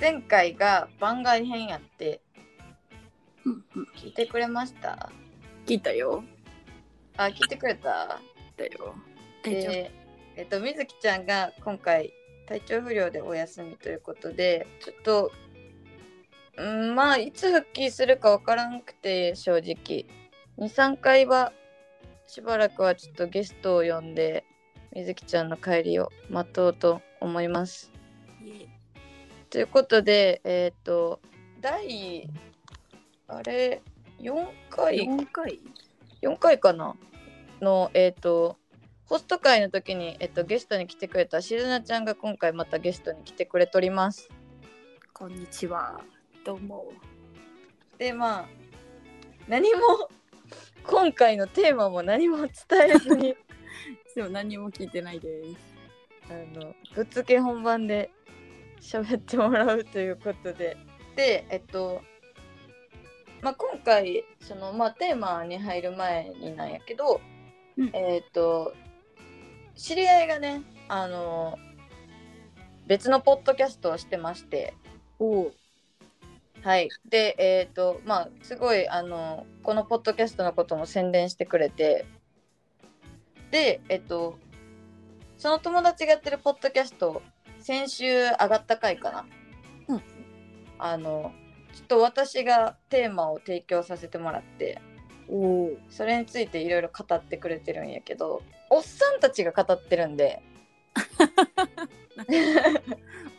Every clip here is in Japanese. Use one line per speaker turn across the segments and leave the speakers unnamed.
前回が番外編やって
うんうん
聞いてくれました
聞いたよ。
あ聞いてくれた
だよ。え
でえっとみずきちゃんが今回体調不良でお休みということでちょっとうんまあいつ復帰するかわからなくて正直23回はしばらくはちょっとゲストを呼んでみずきちゃんの帰りを待とうと思います。ということでえっ、と第あれ4回
4回
4回かなのえっ、とホスト会の時に、えっとゲストに来てくれたしずなちゃんが今回またゲストに来てくれとります
こんにちは。どうも。
でまあ何も今回のテーマも何も伝えずに
でも何も聞いてないです。
あのぶっつけ本番で喋ってもらうということででえっとまあ、今回その、まあ、テーマに入る前になんやけど、
うん
えっ、と知り合いがねあの別のポッドキャストをしてまして
おお。
はいでえっ、とまあすごいあのこのポッドキャストのことも宣伝してくれてでえっ、とその友達がやってるポッドキャスト先週上がった回かな、
うん
あのちょっと私がテーマを提供させてもらって
おお。
それについていろいろ語ってくれてるんやけどおっさんたちが語ってるん で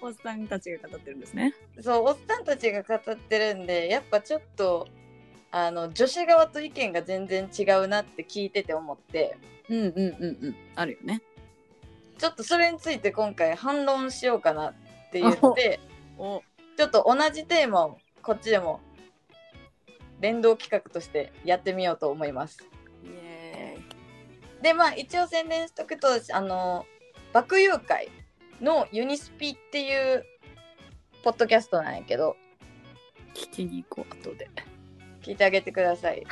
おっさんたちが語ってるんですね。
そうおっさんたちが語ってるんでやっぱちょっとあの女子側と意見が全然違うなって聞いてて思って
うんうんうんうん。あるよね。
ちょっとそれについて今回反論しようかなっていうので
お
ちょっと同じテーマをこっちでも連動企画としてやってみようと思います。
イエ
でまあ一応宣伝しとくとあの爆遊会のユニスピっていうポッドキャストなんやけど
ーイ。聞きに行こう後で。
聞いてあげてくださ い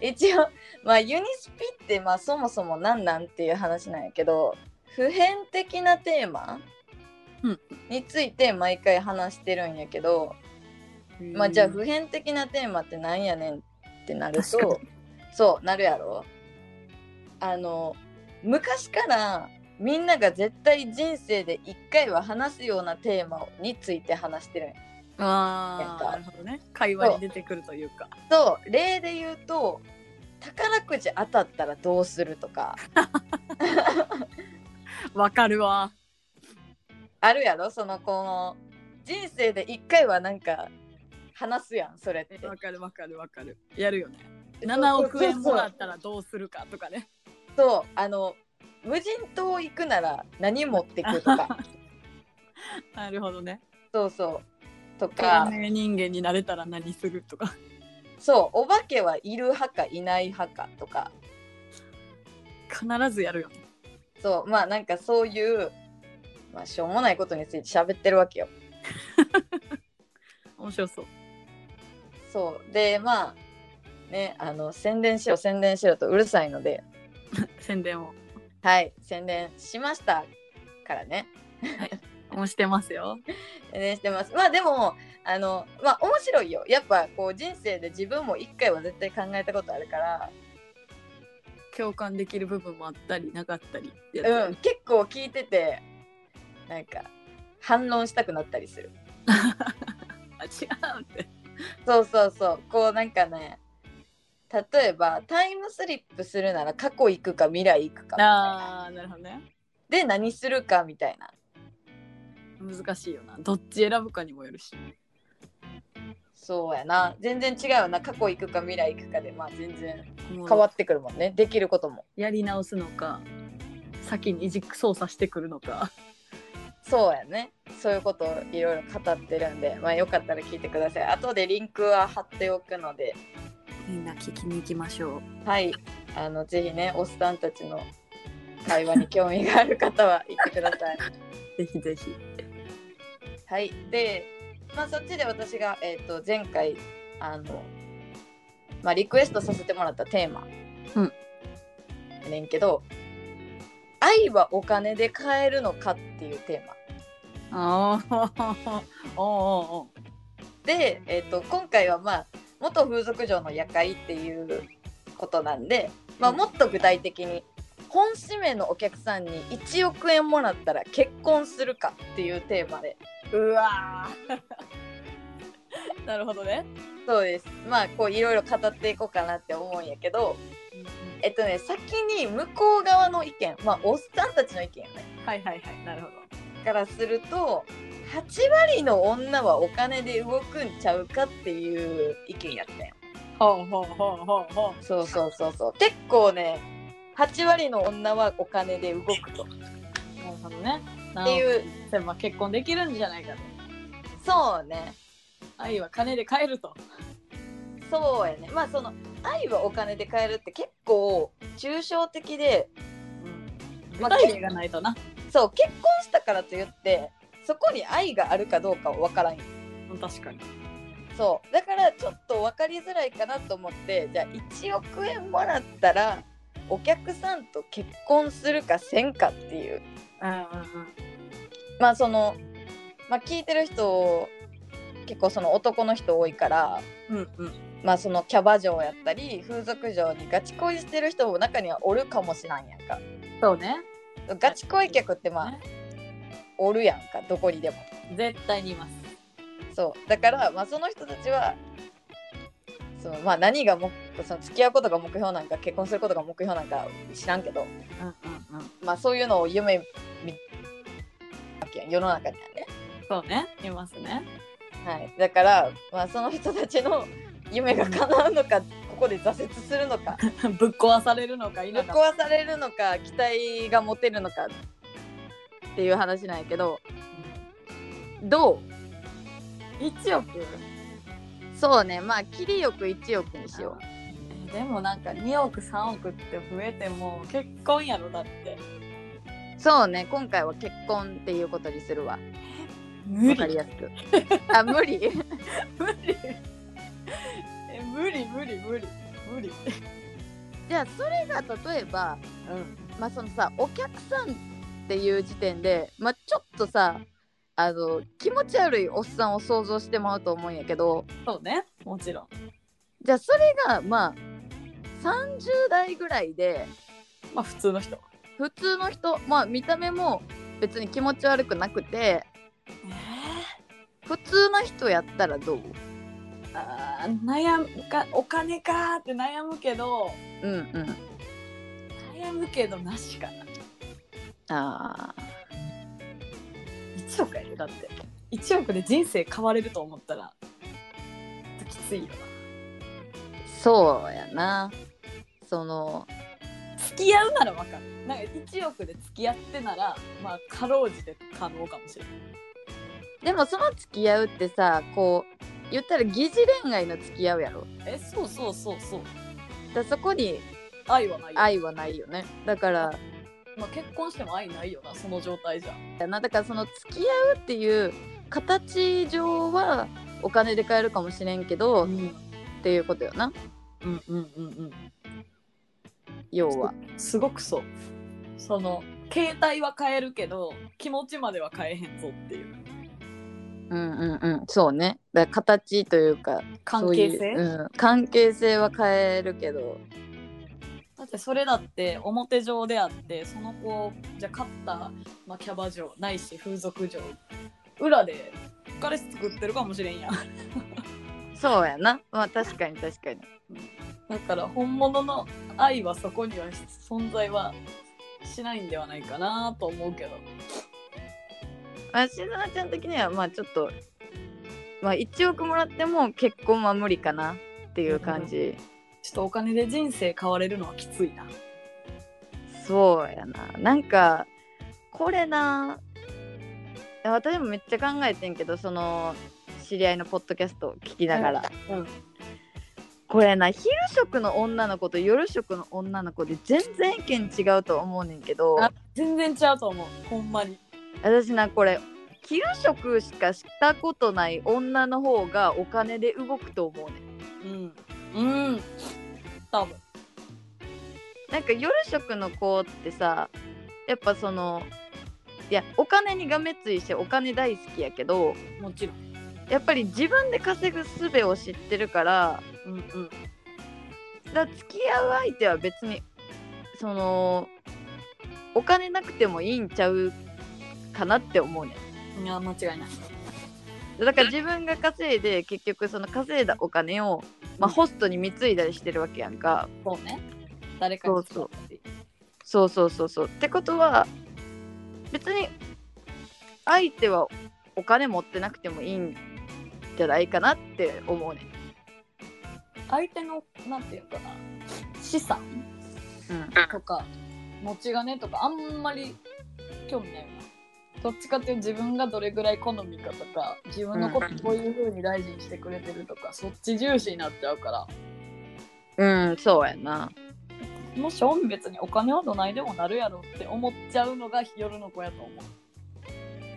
一応まあユニスピってまあそもそも何なんっていう話なんやけど普遍的なテーマ、
うん
について毎回話してるんやけど、まあじゃあ普遍的なテーマってなんやねんってなる
確
とそうなるやろあの昔からみんなが絶対人生で一回は話すようなテーマについて話してるんや
ああ。なるほどね。会話に出てくるというか。
と例で言うと宝くじ当たったらどうするとか
わかるわ。
あるやろそのこの人生で一回はなんか話すやんそれって
わかるわかるわかる。やるよね。7億円もらったらどうするかとかね。
そうあの無人島行くなら何持ってくと か
なるほどね。
そうそうと
透
か
明人間になれたら何するとか。
そうお化けはいる派かいない派かとか
必ずやるよね。
そうまあなんかそういう、まあ、しょうもないことについて喋ってるわけよ
面白そう。
そうでまあねあの宣伝しろ宣伝しろとうるさいので
宣伝を。
はい、宣伝しましたからね。
もうしてますよ。
宣伝してます。まあでも、あの、まあ面白いよ。やっぱこう人生で自分も一回は絶対考えたことあるから、
共感できる部分もあったりなかったりってや
う
つ
ん、結構聞いてて、なんか反論したくなったりする。
あ違うって。
そうそうそう。こうなんかね、例えばタイムスリップするなら過去行くか未来行くかみたいな
ああ、なるほどね。
で何するかみたいな。
難しいよな。どっち選ぶかにもよるし。
そうやな。全然違うよな。過去行くか未来行くかで、まあ全然
もう
変わってくるもんね。できることも。
やり直すのか、先にいじく操作してくるのか。
そうやね。そういうことをいろいろ語ってるんで、まあよかったら聞いてください。後でリンクは貼っておくので、
みんな聞きに行きましょう。
はい。あの、ぜひね、おっさんたちの会話に興味がある方は行ってください。
ぜひぜひ。
はい。で、まあそっちで私が、えっ、と、前回、あの、まあリクエストさせてもらったテーマ。
うん。
ねんけど、愛はお金で買えるのかっていうテーマ。
ああ、 おうおうおう
で、えー、と今回はまあ元風俗嬢の夜会っていうことなんで、まあ、もっと具体的に本指名のお客さんに1億円もらったら結婚するかっていうテーマで
うわー なるほどね。
そうですまあこういろいろ語っていこうかなって思うんやけどえっとね先に向こう側の意見まあおっさんたちの意見やね
はいはいはい、なるほど。
からすると8割の女はお金で動くんちゃうかっていう意見やったんよ
ほうほうほうほうほ
そうそうそうそう結構ね8割の女はお金で動くと
う。なるほどね。
って
う。
いう
でまあ結婚できるんじゃないかと。
そうね
愛は金で買えると。
そうやねまあその愛はお金で買えるって結構抽象的で
具体例がないとな。
そう結婚したからといってそこに愛があるかどうかは分からんよ
確かに。
そうだからちょっと分かりづらいかなと思ってじゃあ1億円もらったらお客さんと結婚するかせんかっていう
うんうん
まあその、まあ、聞いてる人結構その男の人多いから
うん。うんうん。
まあそのキャバ嬢やったり風俗嬢にガチ恋してる人も中にはおるかもしらんやんか
そうね。
ガチ恋客ってまあ
ね
おるやんかどこにでも
絶対にいます。
そうだからまあその人たちはそうまあ何がもその付き合うことが目標なんか結婚することが目標なんか知らんけど
うんうんうん。
まあそういうのを夢見るわけやん世の中にはね
そうね。いますね。
はい、だから、まあ、その人たちの夢が叶うのか、ここで挫折するのか、
ぶっ壊されるのか否
ぶっ
か。
壊されるのか、期待が持てるのかっていう話なんやけど、ど
一億。
うそうね、まあ、切りよく1億にしよ
えでもなんか2億3億って増えても結婚やろだって
う。そうね、今回は結婚っていうことにするわ。
無
わかりやすく。あ、無理
無理え無理無理無理無理
じゃあ、それが例えば、
うん
まあ、そのさ、お客さんっていう時点で、まあ、ちょっとさ、あの気持ち悪いおっさんを想像してもらうと思うんやけど、
そうねもちろん
じゃあそれがまあ30代ぐらいで
まあ普通の人
普通の人まあ見た目も別に気持ち悪くなくて
え
普通な人やったらどう
ー、あー悩むかお金かーって悩むけど
うんうん
悩むけどなしかな
あ
1億やでだって1億で人生変われると思ったらちょっときついよ
ーそうやなその
な付き合うならわかるなんか1億で付き合ってならまあかろうじて可能かもしれない
でもその付き合うってさこう言ったら疑似恋愛の付き合うやろ
えそうそうそうそう
だからそこに
愛はないよ、
愛はないよねだから
まあ、結婚しても愛ないよなその状態じゃ
やなだからその付き合うっていう形上はお金で買えるかもしれんけど、
う
っ
ん
ていうことよな
うんうんうんうん
要は
すごくそうその携帯は変えるけど気持ちまでは変えへんぞっていう
うんうんうんそうねだから形というか
関係性
そういううん、関係性は変えるけど
だってそれだって表上であってその子じゃあ勝った、まあ、キャバ嬢ないし風俗嬢裏で彼氏作ってるかもしれんやん
そうやなまあ確かに確かに
だから本物の愛はそこには存在はしないんではないかなと思うけど
まあしずなちゃん的にはまあちょっとまあ1億もらっても結婚は無理かなっていう感じ、
ちょっとお金で人生変われるのはきついな
そうやななんかこれないや私もめっちゃ考えてんけどその知り合いのポッドキャストを聞きながら、
うん
これな昼食の女の子と夜食の女の子で全然意見違うと思うねんけど
あ全然ちゃうと思うほんまに
私なこれ昼食しかしたことない女の方がお金で動くと思うねん
うんうん多分
なんか夜食の子ってさやっぱそのいやお金にがめついしてお金大好きやけど
もちろん。
やっぱり自分で稼ぐ術を知ってるから
うんうん。
だから付き合う相手は別にそのお金なくてもいいんちゃうかなって思うね
いや、間違いない。
んだから自分が稼いで結局その稼いだお金を、まあ、ホストに貢いだりしてるわけやんか
そうね。誰かに使ったり
そうそうそうそうってことは別に相手はお金持ってなくてもいいんじゃないかなって思うねん
相手の、なんていうかな、資産とか、持ち金とか、あんまり興味ないよな。どっちかっていうと自分がどれぐらい好みかとか、自分のことこういう風に大事にしてくれてるとか、そっち重視になっちゃうから、
うん、うん、そうやな
もう正味別にお金はどないでもなるやろって思っちゃうのが夜の子やと思う。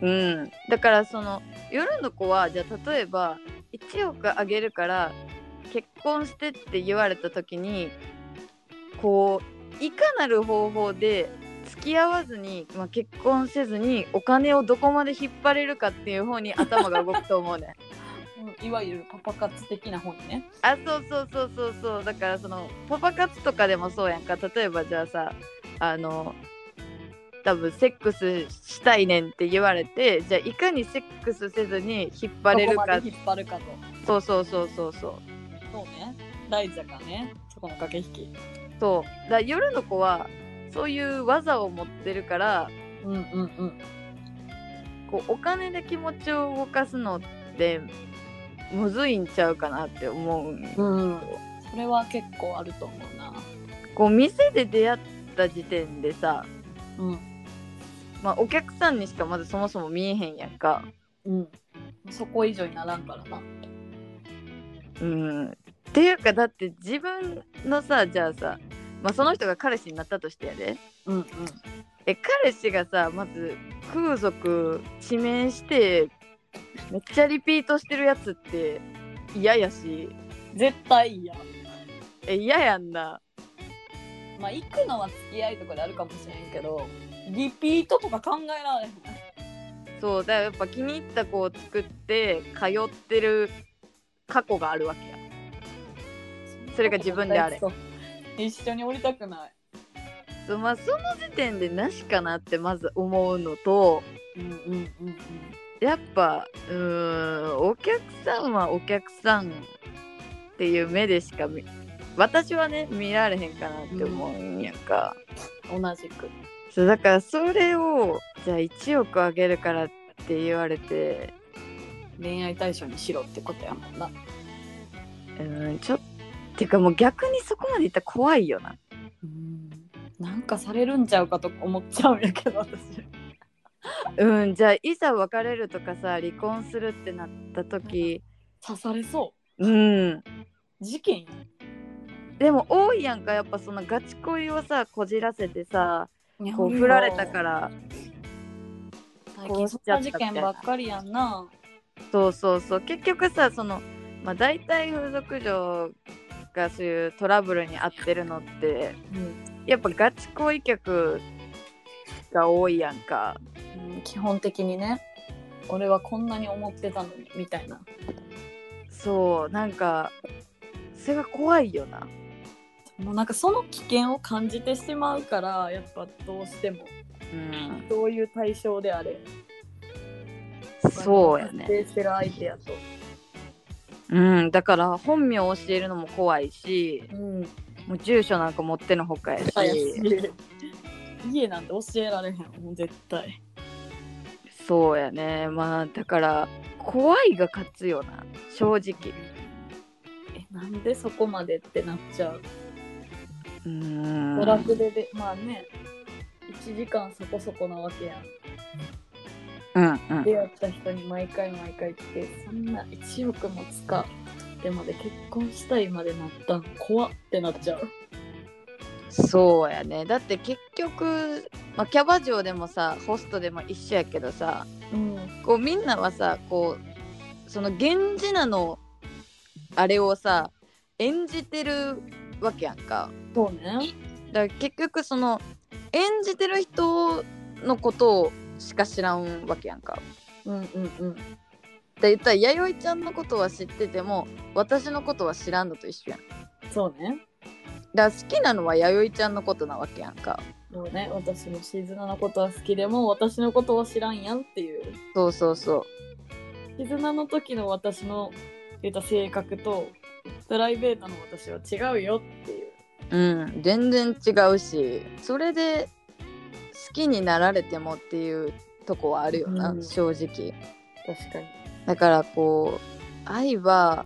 うん、だからその夜の子はじゃあ例えば1億あげるから結婚してって言われた時にこういかなる方法で付き合わずに、まあ、結婚せずにお金をどこまで引っ張れるかっていう方に頭が動くと思うね
うんいわゆるパパ活的な方にね。
あそうそうそうそうそうだからそのパパ活とかでもそうやんか例えばじゃあさあの多分セックスしたいねんって言われてじゃあいかにセックスせずに引っ張れる
どこ
か
まで引っ張るかと。
そうそうそうそうそう
そうね。大事だからね。そこの駆け引き。
そうだから夜の子はそういう技を持ってるから
うんうんうん。
こうお金で気持ちを動かすのってむずいんちゃうかなって思うんよ
うん、それは結構あると思うな。
こう店で出会った時点でさ、
うん、
まあ、お客さんにしかまずそもそも見えへんやんか
うん、そこ以上にならんからな。
うんっていうかだって自分のさじゃあさ、まあ、その人が彼氏になったとしてやで
うんうん、
え彼氏がさまず風俗指名してめっちゃリピートしてるやつって嫌やし
絶対嫌。
え嫌やんな
まあ、行くのは付き合いとかであるかもしれんけど、リピートとか考えられへん。
そうだからやっぱ気に入った子を作って通ってる過去があるわけやそれが自分であれ
そう。一緒に降りたくない。
そう、まあ、その時点でなしかなってまず思うのと
うんうんうんうん。
やっぱうーんお客さんはお客さんっていう目でしか見私はね見られへんかなって思うんやんか。
同じく。
そうだからそれをじゃあ1億あげるからって言われて
恋愛対象にしろってことやもんな。
うんちょっっていうかもう逆にそこまでいったら怖いよな
うん。なんかされるんちゃうかと思っちゃうんやけど、私。
うんじゃあいざ別れるとかさ離婚するってなった時
刺されそ
うん
う。事件や。
でも多いやんかやっぱそのガチ恋をさこじらせてさ
日
こう振られたから
最近そんな事件ばっかりやんな。
そうそうそう結局さそのまあ大体風俗嬢がそういうトラブルに遭ってるのって
うん
やっぱガチ恋客が多いやんか
基本的にね俺はこんなに思ってたのにみたいな
そうなんかそれが怖いよな
もうなんかその危険を感じてしまうからやっぱどうしても
うん
どういう対象であれ
そうや
発
ね
生してる相手やと、
うんだから本名を教えるのも怖いし
うん、
もう住所なんか持ってのほかやし
家なんて教えられへんもう絶対
そうやねまあだから怖いが勝つよな正直
えなんでそこまでってなっちゃう
うん
娯楽ででまあね1時間そこそこなわけやん
うんうん
出会った人に毎回毎回来てそんな1億もつかでまで結婚したいまでなったん怖ってなっちゃう
そうやねだって結局、まあ、キャバ嬢でもさホストでも一緒やけどさ
うん
こうみんなはさこうその源氏名のあれをさ演じてるわけやんか
そうね
だから結局その演じてる人のことをしか知らんわけやんか。
うんうんうん
って言ったら弥生ちゃんのことは知ってても私のことは知らんのと一緒やん。
そうね
だから好きなのは弥生ちゃんのことなわけやんか。
もうね私もシーズナのことは好きでも私のことは知らんやんっていう
そうそうそう。
シーズナの時の私の言った性格とプライベートの私は違うよっていう
うん、全然違うしそれで好きになられてもっていうとこはあるよな、
うん
正直
確かに
だからこう愛は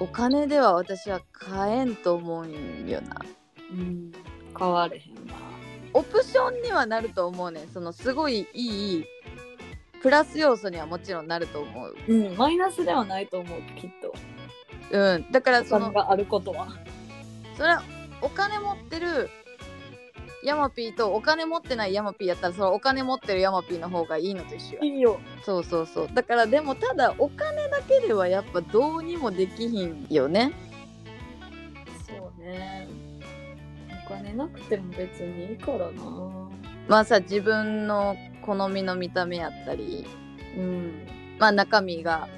お金では私は買えんと思うんよな
うん変われへんな
オプションにはなると思うねんそのすごいいいプラス要素にはもちろんなると思う
うんマイナスではないと思うきっと
うんだから
お
そ
金
の
があることは
それはお金持ってるヤマピーとお金持ってないヤマピーやったらそのお金持ってるヤマピーの方がいいのと一緒や
いいよ
そうそうそうだからでもただお金だけではやっぱどうにもできひんよね
そうねお金なくても別にいいからな
まあさ自分の好みの見た目やったり
うん
まあ中身が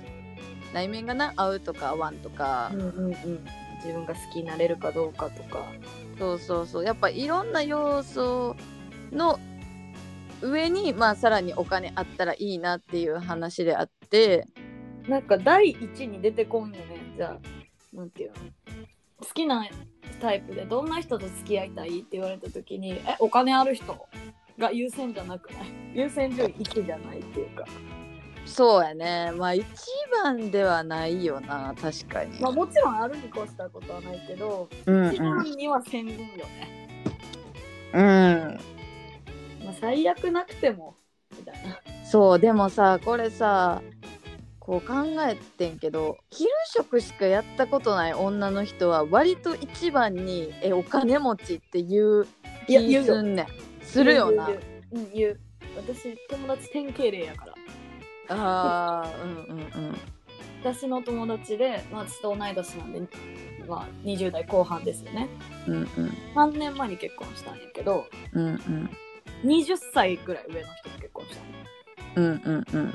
内面がな合うとか合わんとか
うん、うんうん自分が好きになれるかどうかとか
そうそうそうやっぱいろんな要素の上にまあさらにお金あったらいいなっていう話であって
なんか第一に出てこんよねじゃあなんていうの好きなタイプでどんな人と付き合いたいって言われた時にえお金ある人が優先じゃなくない優先順位1じゃないっていうか、
そうやねまあ一番ではないよな確かに、
まあ、もちろんあるに越したことはないけど
うん
一番
う
には先分よね、
ん、うん
まあ、最悪なくてもみたいな
そうでもさこれさこう考えてんけど昼食しかやったことない女の人は割と一番に「えお金持ち」って言う
い
気
や言うよ
すんねんするよな
言う言う言ううん言う私友達典型例やから
あーうんうん
私の友達で、まあ、私と同い年なんで、まあ、20代後半ですよね
うんうん
3年前に結婚したんやけど
うんうん
20歳ぐらい上の人と結婚したの
うんうんうん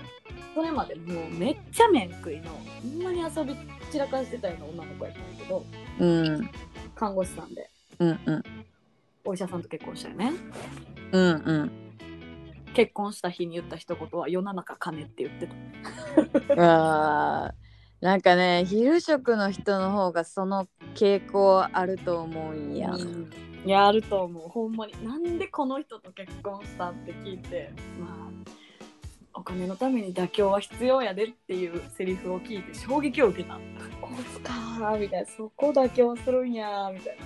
それまでもうめっちゃ面食いのほんまに遊び散らかしてたような女の子やったんやけど
うん
看護師さんで
うんうん
お医者さんと結婚したよね
うんうん
結婚した日に言った一言は「世の中金」って言ってた
あーなんかね昼食の人の方がその傾向あると思うんや
うんいやあると思うほんまになんでこの人と結婚したって聞いてまあお金のために妥協は必要やでっていうセリフを聞いて衝撃を受けたこうかーみたいなそこ妥協するんやーみたい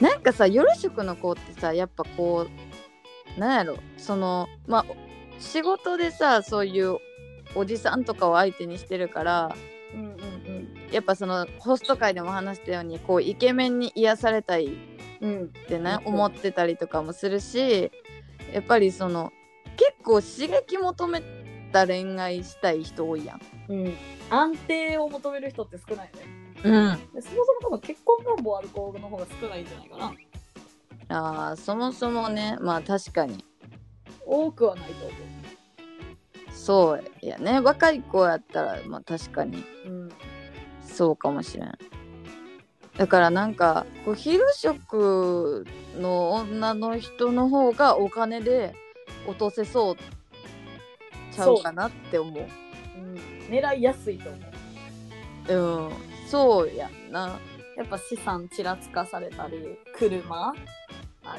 な
なんかさ夜食の子ってさやっぱこうなんやろそのまあ仕事でさそういうおじさんとかを相手にしてるから
うんうん
やっぱそのホスト界でも話したようにこうイケメンに癒されたいっ
うんうん
てね
うん
思ってたりとかもするしやっぱりその結構刺激求めた恋愛したい人多いやん。
うん安定を求める人って少ないよね
うん、
でそもそも多分結婚願望ある子の方が少ないんじゃないかな
あーそもそもねまあ確かに
多くはないと思
そうやね若い子やったらまあ確かに
ううん
そうかもしれんだからなんかこう昼食の女の人の方がお金で落とせそうちゃうかなって思う
うん狙いやすいと思う
うんそうやんな
やっぱ資産ちらつかされたり車あ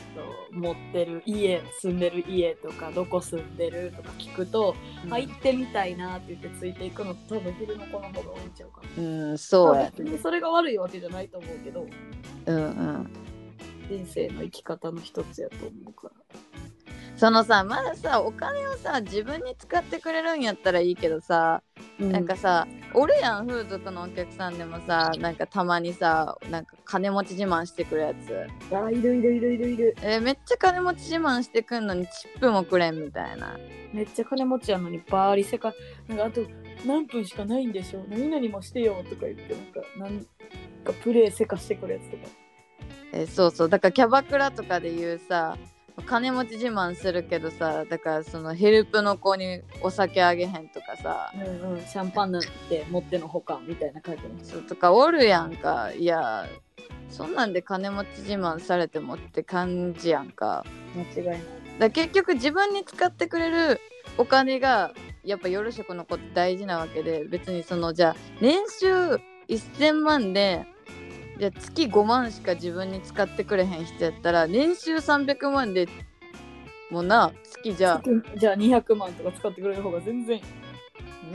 と持ってる家住んでる家とかどこ住んでるとか聞くと、あ行ってみたいなって言ってついていくの多分昼の子の方が多いんちゃうかな
うんそうや
まあ別にそれが悪いわけじゃないと思うけど
うんうん
人生の生き方の一つやと思うから
そのさまださお金をさ自分に使ってくれるんやったらいいけどさ、なんかさ俺やん風俗のお客さんでもさなんかたまにさなんか金持ち自慢してくるやつ
あいるいるいるいるいる
えーめっちゃ金持ち自慢してくんのにチップもくれんみたいな
めっちゃ金持ちやのにバーリ世界なんかあと何分しかないんでしょ何々もしてよとか言ってなんかなんかプレイせかしてくるやつとか
えーそうそうだからキャバクラとかで言うさ金持ち自慢するけどさだからそのヘルプの子にお酒あげへんとかさ
うんうん、シャンパンなんて持ってのほかみたいな書いてます
そうとかおるやんかいやそんなんで金持ち自慢されてもって感じやんか
間違いない
だから結局自分に使ってくれるお金がやっぱ夜食の子って大事なわけで別にそのじゃあ年収1,000万でじゃあ月5万しか自分に使ってくれへん人やったら年収300万でもうな月じゃあ
じゃあ200万とか使ってくれる方が全然いい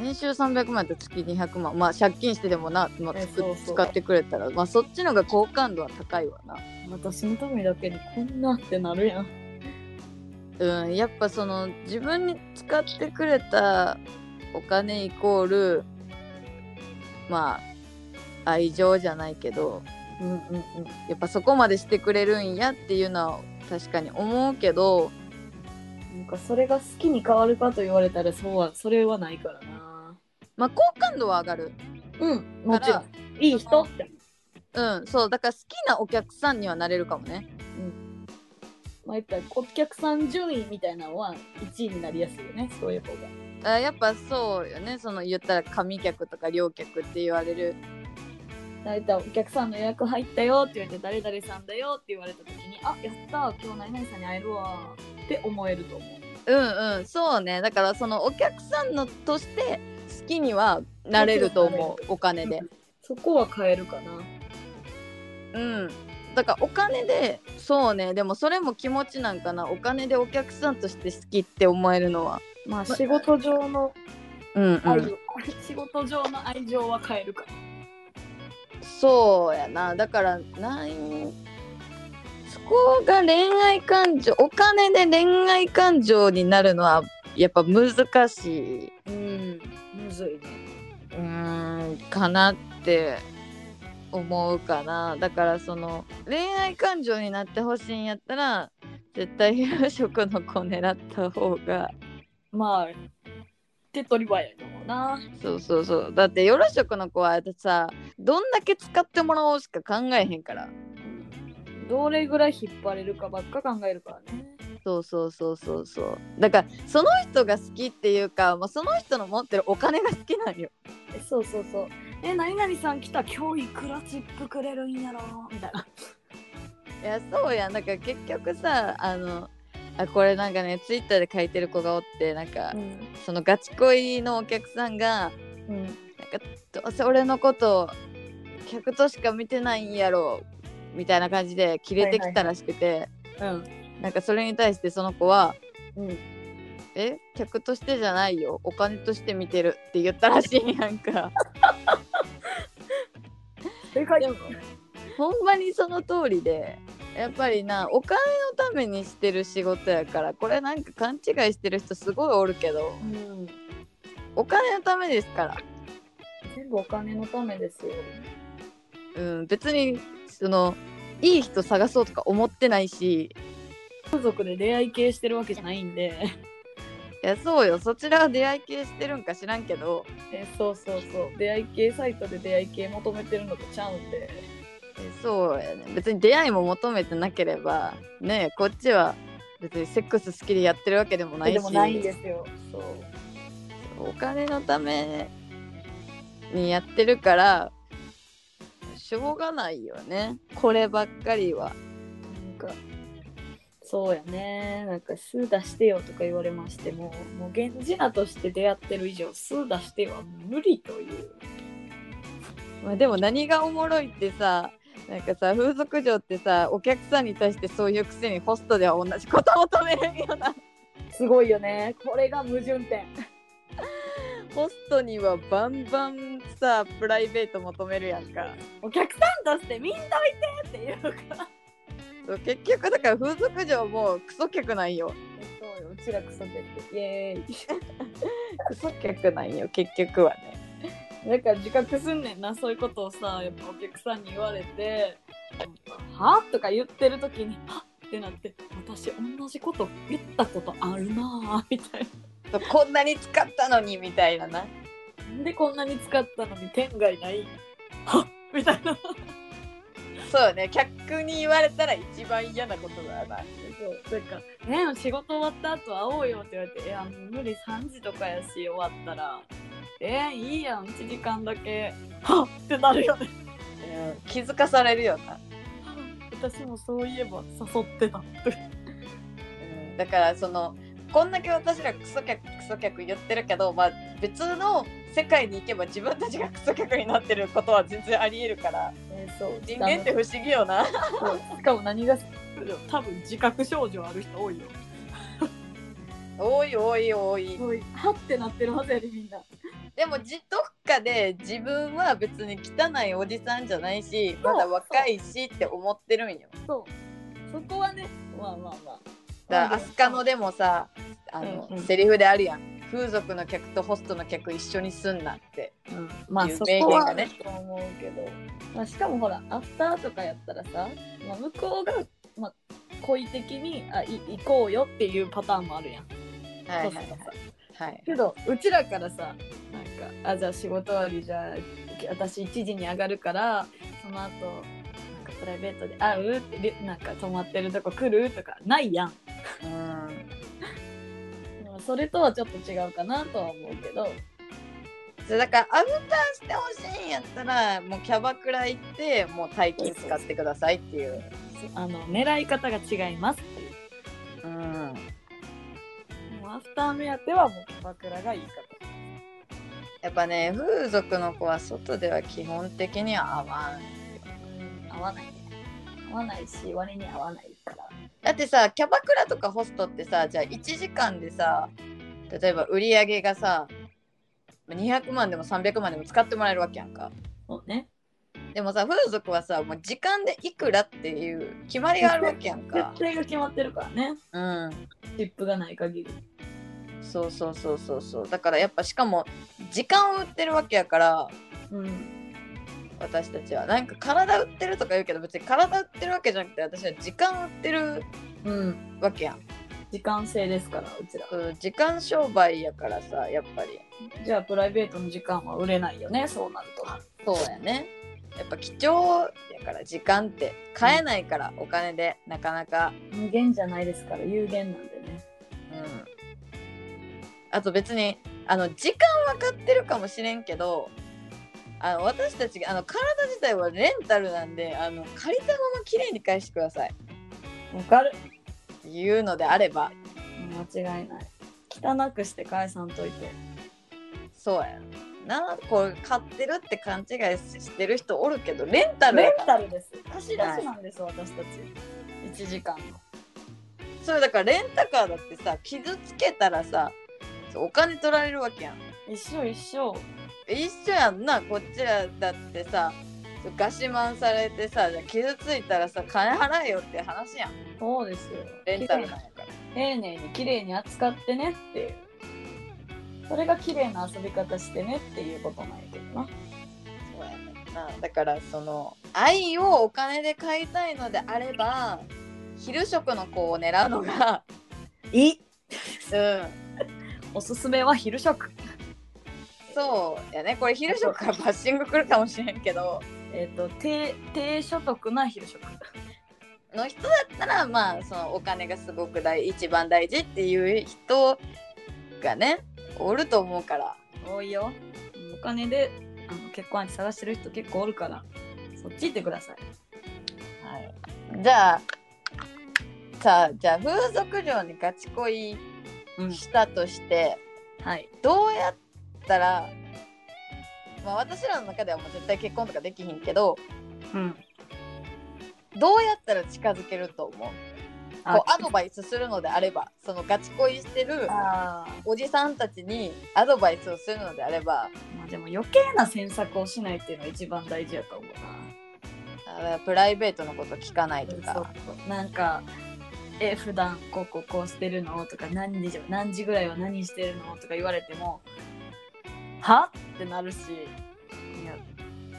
年収300万と月200万まあ借金してでもな、まあ
え
つく
そうそう
使ってくれたらまあそっちのが好感度は高いわな
私のためだけにこんなってなるやん
うんやっぱその自分に使ってくれたお金イコールまあ愛情じゃないけど
うんうんうん
やっぱそこまでしてくれるんやっていうのは確かに思うけど
なんかそれが好きに変わるかと言われたらそうはそれはないからな
まあ好感度は上がる
うんもちろ
だか
んいい人って
うんそうだから好きなお客さんにはなれるかもね
まあ言ったらお客さん順位みたいなのは1位になりやすいよねそういう方が
あやっぱそうよねその言ったら神客とか両客って言われる
だいたいお客さんの予約入ったよって言われて誰々さんだよって言われた時にあやった今日何々さんに会えるわって思えると思う
うんうんそうねだからそのお客さんのとして好きにはなれると思うお金で
そこは変えるかな
うんだからお金でそうねでもそれも気持ちなんかなお金でお客さんとして好きって思えるのは
まあ仕事上の
うん、う
愛
ん、
を、仕事上の愛情は変えるかな
そうやなだからなんそこが恋愛感情お金で恋愛感情になるのはやっぱ難しい
うんむずいね
うーんかなって思うかなだからその恋愛感情になってほしいんやったら絶対昼食の子狙った方が
まあ手っ取り早いと思うな
そうそうそうだって夜食の子はさどんだけ使ってもらおうしか考えへんから
どれぐらい引っ張れるかばっか考えるからね
そうそうそうそうそうだからその人が好きっていうか、まあ、その人の持ってるお金が好きなんよ
えそうそうそうえ何々さん来た今日いくらチップくれるんやろみたいない
やそうやんだから結局さあのあこれなんかねツイッターで書いてる子がおってなんか、
ん
そのガチ恋のお客さんが
うん
「どうせ俺のこと客としか見てないんやろ」みたいな感じでキレてきたらしくて、なんかそれに対してその子は
うんうん
「え客としてじゃないよお金として見てる」って言ったらし いんやんか
正解
でもほんまにその通りでやっぱりなお金のためにしてる仕事やからこれなんか勘違いしてる人すごいおるけど
うん
お金のためですから
全部お金のためですよ
うん、別にそのいい人探そうとか思ってないし
家族で恋愛系してるわけじゃないんで
いやそうよそちらは出会い系してるんか知らんけど
えそうそうそう出会い系サイトで出会い系求めてるのとちゃうんで
えそうやね別に出会いも求めてなければねえこっちは別にセックス好きでやってるわけでもないし
でもないんですよそう
お金のためにやってるからしょうがないよねこればっかりは
なんかそうやねなんか「数出してよ」とか言われましてももう源氏名として出会ってる以上「数出してよ」は無理という
まあ、でも何がおもろいってさなんかさ風俗嬢ってさお客さんに対してそういうくせにホストでは同じことを求めるんよな
すごいよねこれが矛盾点
ホストにはバンバンさプライベート求めるやんか
お客さんとして見んといてっていうか
そう結局だから風俗嬢もクソ客なんよ
そうようちらクソってイエーイ
クソ客なんよ結局はね
だから自覚すんねんなそういうことをさやっぱお客さんに言われて「は?」とか言ってる時に「はっ!」ってなって「私同じこと言ったことあるなぁ」みたい
そうこんなに使ったのにみたいなな
ななんでこんなに使ったのに天外ない「はっ!」みたいな
そうね客に言われたら一番嫌なことだよな
そうなんか「ね仕事終わった後会おうよ」って言われて「いやもう無理3時とかやし終わったらえー、いいやん1時間だけは っ!」ってなるよね
うん気づかされるよな、
私もそういえば誘ってたって
うん、だからそのこんだけ私らクソ客クソ客言ってるけど、まあ、別の世界に行けば自分たちがクソ客になってることは全然ありえるから
そう
人間って不思議よな
しかも何が多分自覚症状ある人多いよ
おいおいおい
ごいはってなってるはずやでみんな
でもじどっかで自分は別に汚いおじさんじゃないしまだ若いしって思ってるんよ
そうそこはねまあまあまあ
だからアスカのでもさあの、
うんうん
セリフであるやん風俗の客とホストの客一緒にすんなって
うんまあ
有
そ
名
こ
言
は
が
ね
ね
と思うけど、まあ、しかもほらアフターとかやったらさ、まあ、向こうが、まあ、故意的にあい行こうよっていうパターンもあるやん、
はいはい
そうそうそう
はい
けどうちらからさなんかあじゃあ仕事終わりじゃあ私1時に上がるからその後なんかプライベートで会うってでなんか泊まってるとこ来るとかないやん
うん
まあそれとはちょっと違うかなとは思うけど
そうだからアウターしてほしいんやったらもうキャバクラ行ってもう大金使ってくださいっていう、
あの狙い方が違いますっていう
うん、
もうアフター目当てはもうキャバクラがいいかと。
やっぱね風俗の子は外では基本的には合わん
合わないね。合わないし、割に合わないから。
だってさキャバクラとかホストってさじゃあ1時間でさ例えば売り上げがさ200万でも300万でも使ってもらえるわけやんか
そうね。
でもさ風俗はさもう時間でいくらっていう決まりがあるわけやんか
絶対が決まってるからね。
うん
チップがない限り。
そうそうそうそうそうだからやっぱしかも時間を売ってるわけやから
うん。
私たちはなんか体売ってるとか言うけど別に体売ってるわけじゃなくて私は時間売ってる
うん。
わけやん
時間制ですから、うちら。
うん時間商売やからさやっぱり
じゃあ、プライベートの時間は売れないよね、そうなると。
そうやねやっぱ貴重やから時間って買えないから、お金でなかなか
無限じゃないですから、有限なんでね。
うんあと別にあの時間分かってるかもしれんけどあの私たちあの体自体はレンタルなんであの借りたまま綺麗に返してください
わかる。
言うのであれば
間違いない。汚くして返さんといて。
そうやなこう買ってるって勘違いしてる人おるけどレンタル
レ
や
ン
から
タルです。貸し出しなんです、私たち。1時間の。
それだからレンタカーだってさ傷つけたらさそうお金取られるわけやん
一緒一緒。
一緒やんなこっちらだってさそうガシマンされてさじゃあ傷ついたらさ金払えよって話やん
そうですよ。
レンタルなんやから
丁寧に綺麗に扱ってねっていうそれが綺麗な遊び方してねっていうことなんやけどな
そうやねんなだからその愛をお金で買いたいのであれば昼食の子を狙うのが
い
うん
おすすめは昼食
そうやねこれ昼食からバッシングくるかもしれんけど
えっ、と低低所得な昼食
の人だったらまあそのお金がすごく大一番大事っていう人がねおると思うから
多いよお金であの結婚相手探してる人結構おるからそっち行ってください
はい、じゃあさあじゃあ風俗嬢にガチ恋
うん
したとして、
はい
どうやったら、まあ、私らの中ではもう絶対結婚とかできひんけど
うん
どうやったら近づけると思う
あ
こうアドバイスするのであればそのガチ恋してる
あ
おじさんたちにアドバイスをするのであれば
ーまあでも余計な詮索をしないっていうのが一番大事やと思うな
あプライベートのこと聞かないと
そう
か
そうなんか「え普段こうこうこうしてるの?」とか何時「何時ぐらいは何してるの?」とか言われても「は?」ってなるしいや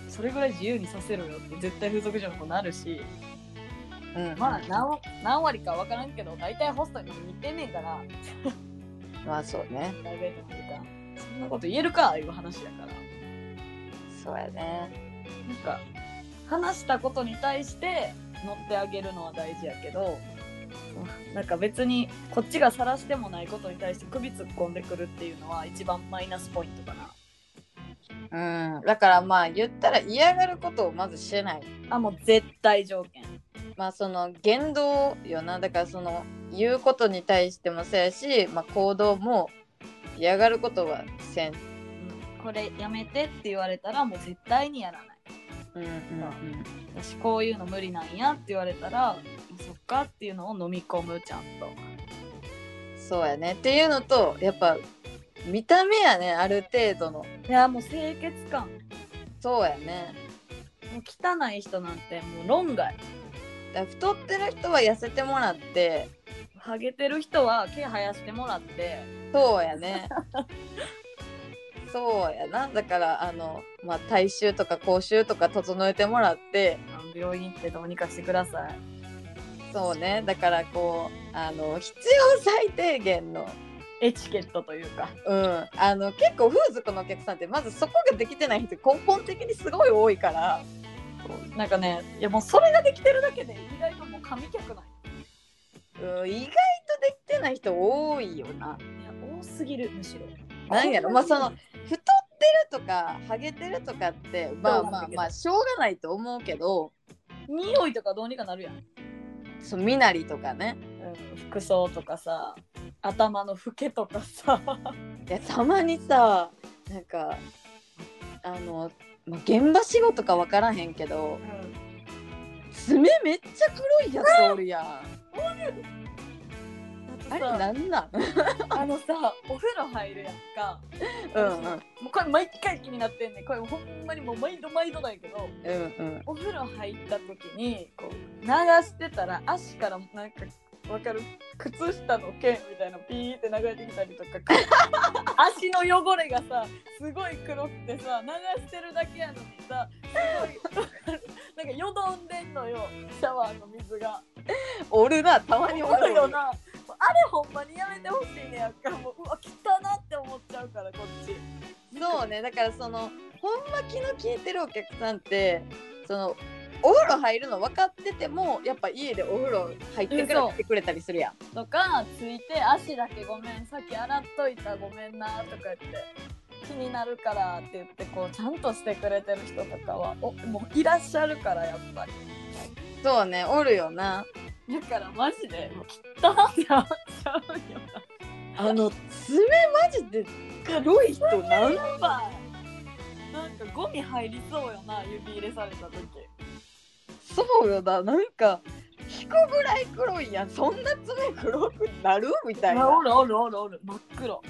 それぐらい自由にさせろよって絶対風俗嬢の子なるし
うん
まあ何何割か分からんけど大体ホストに似てんねえから
まあそうね
プライベートの時間そんなこと言えるかいう話やから
そうやね
なんか話したことに対して乗ってあげるのは大事やけどなんか別にこっちが晒してもないことに対して首突っ込んでくるっていうのは一番マイナスポイントかな
うん、だからまあ言ったら嫌がることをまずしてない
あもう絶対条件
まあその言動よなだからその言うことに対してもそうやし、まあ、行動も嫌がることはせん、
これやめてって言われたらもう絶対にやらない
うんうんうん、
私こういうの無理なんやって言われたらそっかっていうのを飲み込むちゃんと
そうやねっていうのとやっぱ見た目やねある程度の
いやもう清潔感もう
そうやね
汚い人なんてもう論外
だから太ってる人は痩せてもらって
ハゲてる人は毛生やしてもらって
そうや ねそうやなだからあの、まあ、体臭とか口臭とか整えてもらって
病院行ってどうにかしてください
そうねだからこうあの必要最低限の
エチケットというか
うんあの結構風俗のお客さんってまずそこができてない人根本的にすごい多いから
なんかねいやもうそれができてるだけで意外ともう神客ない
うん意外とできてない人多いよない
や多すぎるむしろ
なんやろまあその太ってるとかハゲてるとかってまあ
そうなん
ま
だ
あ
けど
まあしょうがないと思うけど
匂いとかどうにかなるやん、
そう身なりとかね
うん、服装とかさ頭のフケとかさ
いやたまにさなんかあの、まあ、現場仕事か分からへんけど爪めっちゃ黒いやつおるやんあ
あ
れ
れ
なんなん
あのさお風呂入るやんか
うんうん
もうこれ毎回気になってんねんこれほんまにもう毎度毎度だけど
うんうん
お風呂入った時にこう流してたら足からなんかわかる靴下の剣みたいなのピーって流れてきたりとか 足の汚れがさすごい黒くてさ流してるだけやのにさすごいなんかよどんでんのよシャワーの水が。
おるなたまにお
思う
る
よなあれほんまにやめてほしいねやんかもううわ汚なって思っちゃうからこっち
そうねだからそのほんま気の利いてるお客さんってそのお風呂入るの分かっててもやっぱ家でお風呂入ってから来てくれたりするやん
とかついて足だけごめん先洗っといたごめんなとか言って気になるからって言ってこうちゃんとしてくれてる人とかはおもういらっしゃるからやっぱり
そうねおるよな
だからマジでもう汚なって思っちゃうよ
あの爪マジで黒い人なん
なやっぱなんかゴミ入りそうよな指入れされた時
そうよななんか引くぐらい黒いやんそんな爪黒くなるみたい
あお
な
るおるおるおる真っ黒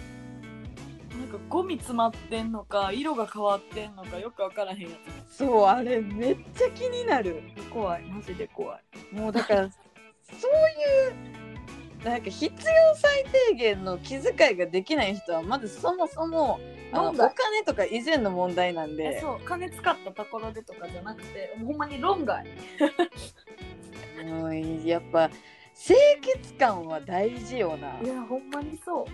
なんかゴミ詰まってんのか色が変わってんのかよくわからへんや
そうあれめっちゃ気になる
つ怖いマジで怖い
もうだからそういうなんか必要最低限の気遣いができない人はまずそもそもあのお
論外
金とか以前の問題なん
え
で
そう金使ったところでとかじゃなくてもうほんまに論外
もうやっぱ清潔感は大事よない
やほんまにそ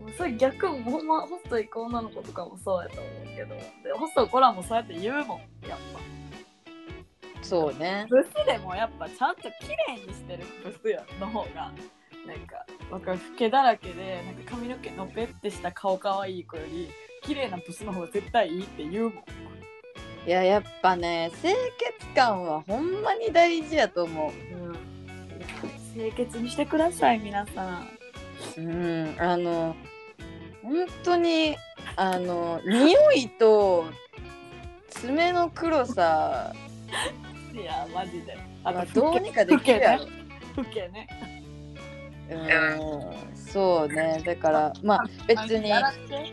うもうそれ逆もほんまホスト行く女の子とかもそうやと思うけどでホストの子らもそうやって言うもんやっぱ
そうね
ブスでもやっぱちゃんと綺麗にしてるブスやの方がなんか僕は老けだらけでなんか髪の毛のぺってした顔可愛い子より綺麗なブスの方が絶対いいって言うもん
いややっぱね清潔感はほんまに大事やと思
うん清潔にしてください皆さん
ううんあの本当にあの匂いと爪の黒さ
いやマジであ
あのどうにかできるやろ
老けね
うんそうねだからまあ別に
あの洗って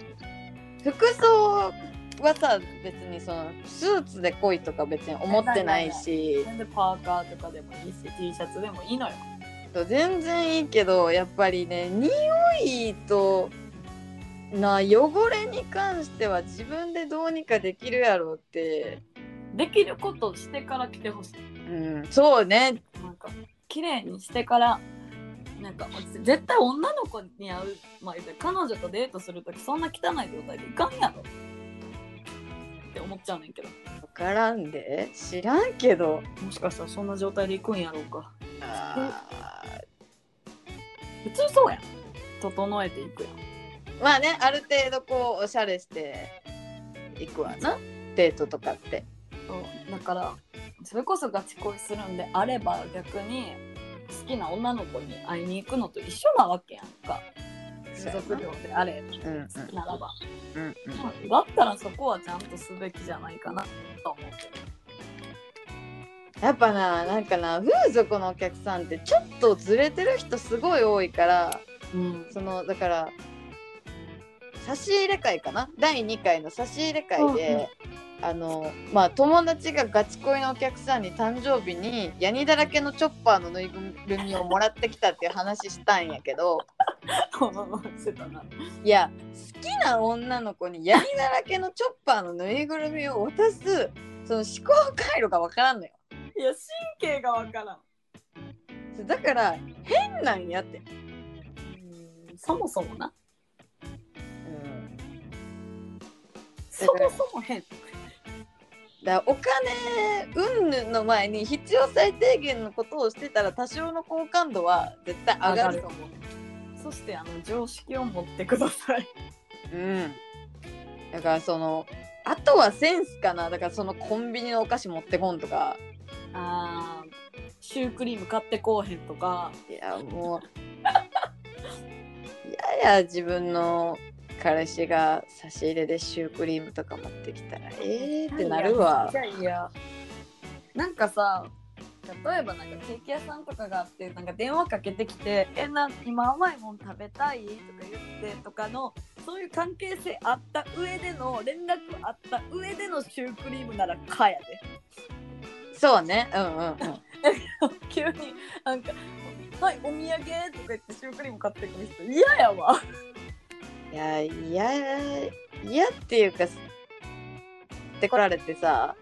服装はさ別にそのスーツで来いとか別に思ってないし
全然パーカーとかでもいいし T シャツでもいいのよ
そう全然いいけどやっぱりね匂いとな汚れに関しては自分でどうにかできるやろうって、
できることしてから来てほしい
うん、そうね
なんか綺麗にしてからなんか絶対女の子に会う、まあ、言うたら彼女とデートする時そんな汚い状態でいかんやろって思っちゃうねんけど
からんで知らんけど
もしかしたらそんな状態で行くんやろうか
あー
普通そうやん整えていくやん
まあねある程度こうおしゃれしていくわなデートとかって
そうだからそれこそガチ恋するんであれば逆に好きな女の子に会いに行くのと一緒なわけやんか
そう
家
やな
族寮であれ
うんうん
ならば、
うんうん
だったらそこはちゃんとすべきじゃないかなと思って
やっぱななんかな風俗のお客さんってちょっとずれてる人すごい多いから
うん
そのだから差し入れ会かな第2回の差し入れ会で、あのまあ友達がガチ恋のお客さんに誕生日にヤニだらけのチョッパーのぬいぐるみをもらってきたっていう話したんやけど
してたない
や好きな女の子にヤニだらけのチョッパーのぬいぐるみを渡すその思考回路がわからんのよ
いや神経がわからん
だから変なんやって、
そもそもな
うん、
そもそも変
だからお金云々の前に必要最低限のことをしてたら多少の好感度は絶対上がると思
そしてあの常識を持ってください
う、うん、だからそのあとはセンスかなだからそのコンビニのお菓子持ってこんとか
あーシュークリーム買ってこうへんとか
いやもうい やいや自分の彼氏が差し入れでシュークリームとか持ってきたらえーってなるわ
いやいやなんかさ例えばなんかケーキ屋さんとかがあってなんか電話かけてきて「えな今甘いもん食べたい?」とか言ってとかのそういう関係性あった上での連絡あった上でのシュークリームならかやで
そうねうんうんうん
急になんか「はいお土産」とか言ってシュークリーム買ってくる人嫌やわ
いやいやいやっていうかって来られてさ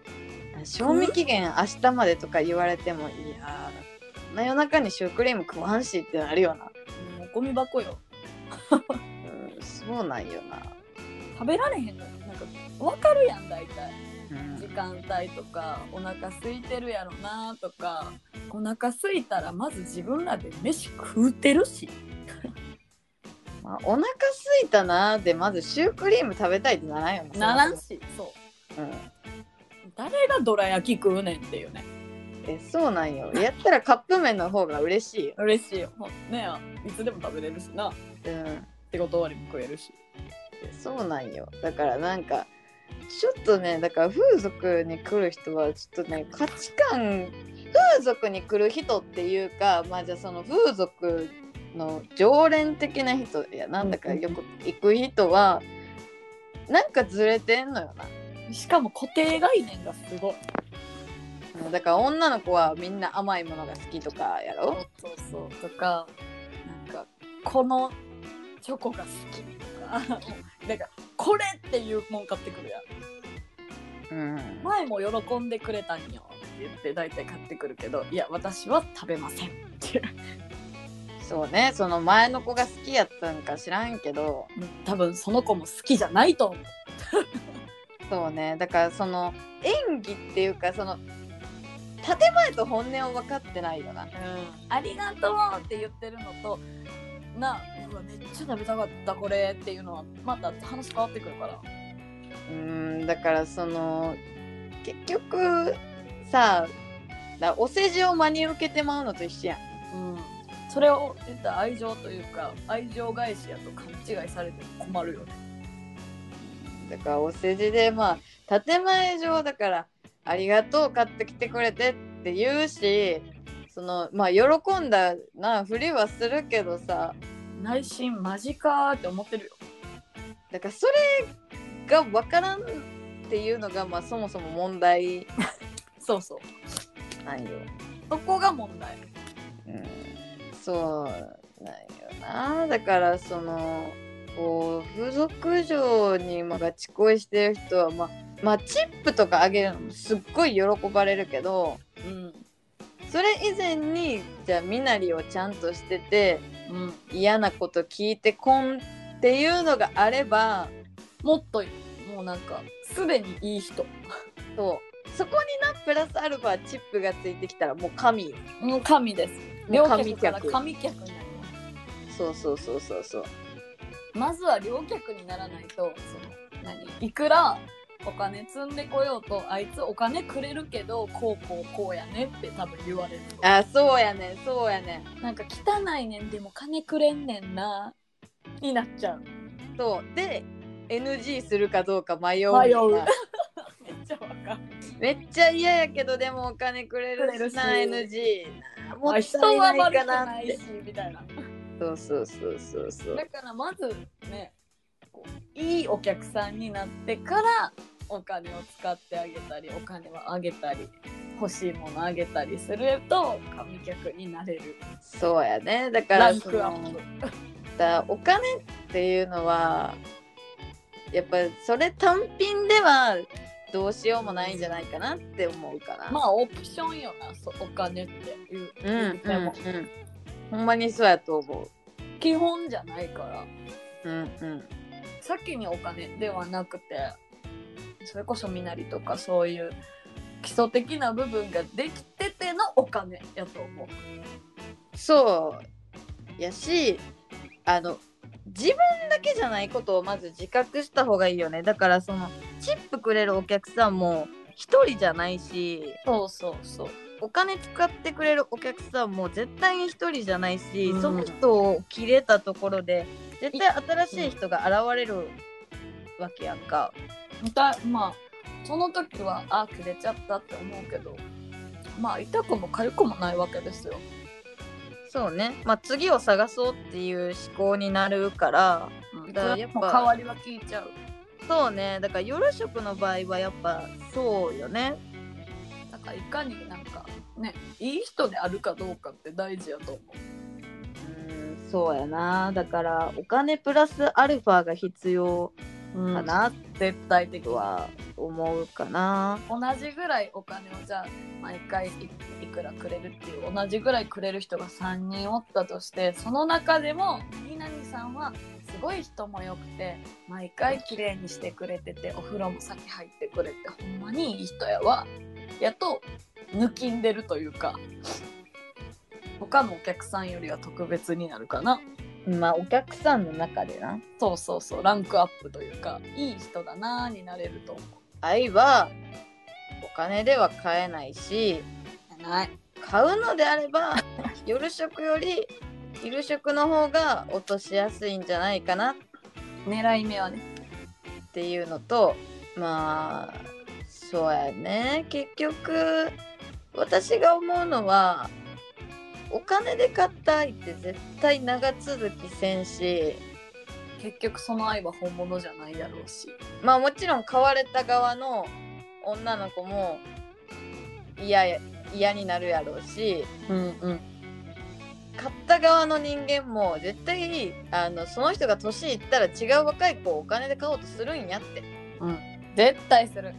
賞味期限明日までとか言われてもいやーそんな夜中にシュークリーム食わんしってなるよな、
もうゴミ箱よ
うん、そうなんよな、
食べられへんのになんかわかるやん大体
うん
時間帯とかお腹空いてるやろなとかお腹空いたらまず自分らで飯食うてるし
まあ、お腹すいたなーでまずシュークリーム食べたいってならんよ
ならん、しそう
そもそもうん、
誰がどら焼き食うねんっていうね
えそうなんよやったらカップ麺の方が嬉しいよ、
嬉しいよほんねえいつでも食べれるしな
うん、
仕事終わりも食えるし
そうなんよだからなんかちょっとねだから風俗に来る人はちょっとね価値観風俗に来る人っていうかまあじゃあその風俗の常連的な人いやなんだかよく行く人はなんかずれてんのよな
しかも固定概念がすごい
うんだから女の子はみんな甘いものが好きとかや
そう
ろ
そうそうとかなんかこのチョコが好きとか なんかこれっていうもん買ってくるやん
うん
前も喜んでくれたんよって言って大体買ってくるけどいや私は食べませんっていう
そうねその前の子が好きやったんか知らんけど
多分その子も好きじゃないと思う
そうねだからその演技っていうかその建前と本音を分かってないよな
ありがとうって言ってるのとなあうわめっちゃ食べたかったこれっていうのはまた話変わってくるから
うんだからその結局さだお世辞を真に受けてまうのと一緒やん
うんそれを言ったら愛情というか愛情返しやと勘違いされても困るよね
だからお世辞でまあ建前上だから「ありがとう買ってきてくれて」って言うしそのまあ喜んだなふりはするけどさ
内心マジかーって思ってるよ
だからそれが分からんっていうのがまあそもそも問題
そうそう
なんよ。
そこが問題
うんそうなんよなだからそのこう風俗嬢にまあガチ恋してる人はまあまあチップとかあげるのもすっごい喜ばれるけど
うん
それ以前にじゃあ身なりをちゃんとしてて
うん
嫌なこと聞いてこんっていうのがあれば
もっともうなんかすでにいい人
そそこになプラスアルファチップがついてきたらもう神よ
もう神です。
も
両
う神
客
客
から神客になります。
そうそうそうそうそう
まずは両客にならないと、その、何いくらお金積んでこようと、あいつお金くれるけど、こうこうこうやねって多分言われる。
あそうやねんそうやねん
なんか汚いねんでも金くれんねんな。になっちゃう。
そうで NG するかどうか迷う
迷
みたいうな。
めっちゃわかる。
めっちゃ嫌やけどでもお金くれるしな
くれる
NG なもっ
まあ
た
人はい
ない
悪
か
く
な
な
っ
い
て
し、みたいな。
そうそうそうそうそう
だからまずねこういいお客さんになってからお金を使ってあげたりお金をあげたり欲しいものあげたりすると神客になれる
そうやねだか
ラ
ら
ン
そ
クアッ
の
プ
だお金っていうのはやっぱそれ単品ではどうしようもないんじゃないかなって思うかな、
まあオプションよなそうお金っていう、
うんうん
でも
うんほんまにそうやと思
基本じゃないから
ううんうん
先にお金ではなくてそれこそ身なりとかそういう基礎的な部分ができててのお金やと思う。
そうやしあの自分だけじゃないことをまず自覚した方がいいよねだからそのチップくれるお客さんも一人じゃないし
そうそうそう
お金使ってくれるお客さんも絶対に一人じゃないし、
うん
その人を切れたところで絶対新しい人が現れるわけやんか、
またまあその時はあくれちゃったって思うけどまあ痛くも痒くもないわけですよ
そうねまあ次を探そうっていう思考になるから
うん
だからやっぱ
もう代わりは聞いちゃう
そうねだから夜食の場合はやっぱそうよね
だからいかになんかねいい人であるかどうかって大事やと思
うんそうやなだからお金プラスアルファが必要
う、
か
かな
な
絶対的
と
に
は思うかな、
同じぐらいお金をじゃあ毎回いいくらくれるっていう同じぐらいくれる人が3人おったとしてその中でもみなみさんはすごい人も良くて毎回綺麗にしてくれててお風呂も先入ってくれてほんまにいい人やわやと抜きんでるというか他のお客さんよりは特別になるかな
まあお客さんの中でな
そうそうそうランクアップというかいい人だなーになれると思
愛はお金では買えないし
うない
買うのであれば夜食より昼食の方が落としやすいんじゃないかなっ
狙い目はね
ていうのとまあそうやね結局私が思うのはお金で買った愛って絶対長続きせんし
結局その愛は本物じゃないやろうし
まあもちろん買われた側の女の子も嫌や嫌になるやろうし
うんうん
買った側の人間も絶対あのその人が年いったら違う若い子をお金で買おうとするんやって、
絶対する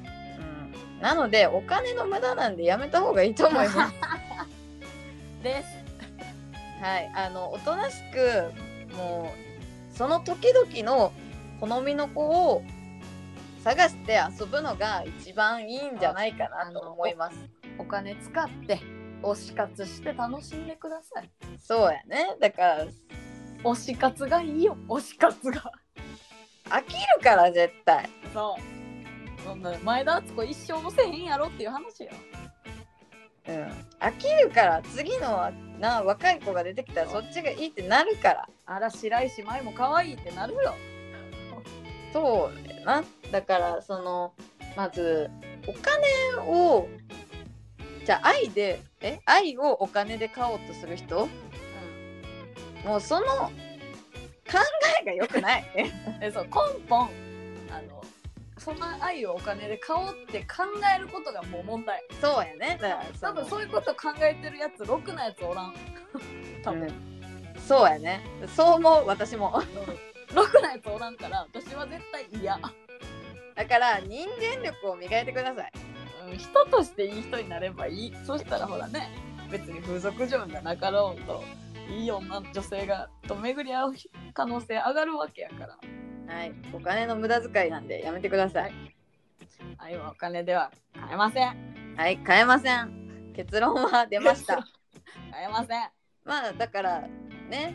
うん、なのでお金の無駄なんでやめた方がいいと思います
です
はいあのおとなしくもうその時々の好みの子を探して遊ぶのが一番いいんじゃないかなと思います
お金使って推し活して楽しんでください
そうやねだから
推し活がいいよ推し活が
飽きるから絶対
そうそんな前田敦子一生もせえへんやろっていう話よ
うん飽きるから次のな若い子が出てきたらそっちがいいってなるから
あら白石麻衣も可愛いってなるよ
そうだよなだからそのまずお金をじゃあ愛でえ愛をお金で買おうとする人もうその考えが良くない
えそう根本あのその愛をお金で買おうって考えることがもう問題
そうやねだからそ
多
の
分そういうこと考えてるやつろくなやつおらん多分、
うんそうやねそう思う私も
ろくなやつおらんから私は絶対嫌、
だから人間力を磨いてください
うん、人としていい人になればいいそしたらほらね別に風俗嬢じゃなかろうといい女女性がと巡り合う可能性上がるわけやから
はいお金の無駄遣いなんでやめてください
愛はお金では買えません
はい変えません結論は出ま した
買えません。
まあだからね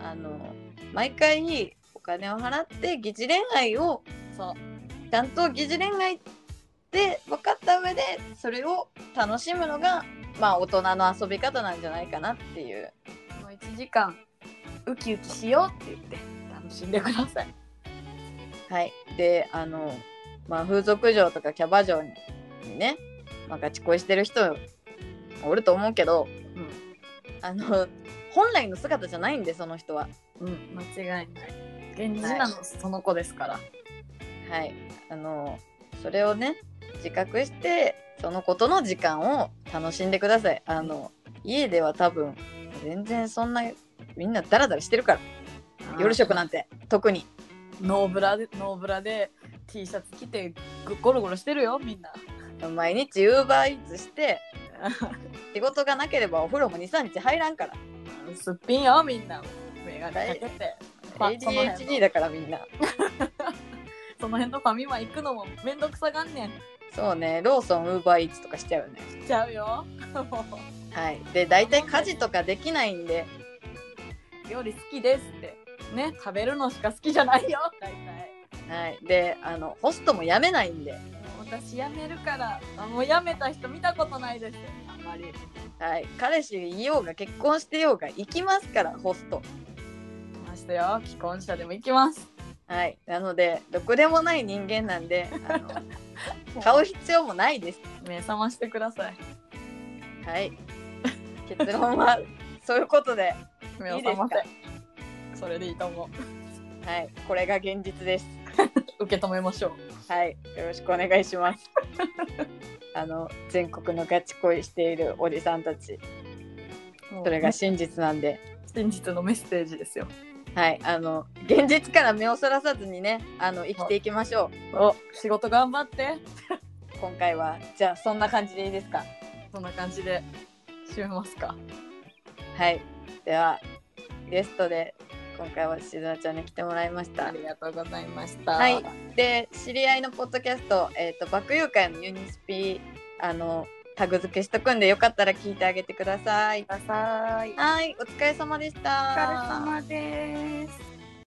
あの毎回お金を払って疑似恋愛を
そう。
ちゃんと疑似恋愛って分かった上でそれを楽しむのがまあ大人の遊び方なんじゃないかなっていう
もう1時間ウキウキしようって言って楽しんでください。
はいであの、まあ、風俗嬢とかキャバ嬢にね、まあ、ガチ恋してる人おると思うけど
う
あの本来の姿じゃないんでその人は。
ん、うん、間違いない。現地なのその子ですから。
はい、あのそれをね自覚してそのことの時間を楽しんでくださいあの家では多分全然そんなみんなダラダラしてるから夜食なんて特に
ノーブラでノーブラで T シャツ着てぐゴロゴロしてるよみんな。
毎日ウーバーイーツして 仕事がなければお風呂も23日入らんから
すっぴんよみんな。メガネかけて。パその辺
ADHD だからみんな
その辺のファミマ行くのもめんどくさがんねん。
そうねローソンウーバーイーツとかしちゃうよね
しちゃうよ。 も
はいで大体家事とかできないんで
う料理好きですって。ね食べるのしか好きじゃないよ大体。
はいであのホストもやめないんで
私辞めるからあもう辞めた人見たことないですあんまり
はい、彼氏いようが結婚してようが行きますからホスト
ましたよ既婚者でも行きます
はいなのでどこでもない人間なんであ の買う必要もないです
目覚ましてください
はい結論 はそういうことで
目を覚ませそれでいいと思
はいこれが現実です
う受け止めましょう
はいよろしくお願いします あの全国のガチ恋しているおじさんたち
もう
それが真実なんで
真実のメッセージですよ
はいあの現実から目をそらさずにねあの生きていきましょ
お仕事頑張って
う今回はじゃあそんな感じでいいですか
そんな感じで締めますか
はい。では、ゲストで今回はしずなちゃんに来てもらいまし
あ
た。
りがとうございました
はいで、知り合いのポッドキャスト、えっ、と、爆友会のユニスピ、あの、タグ付けしとくんで、よかったら聞いてあげてください。
ください
はい、お疲れ様でした。
お疲れ様です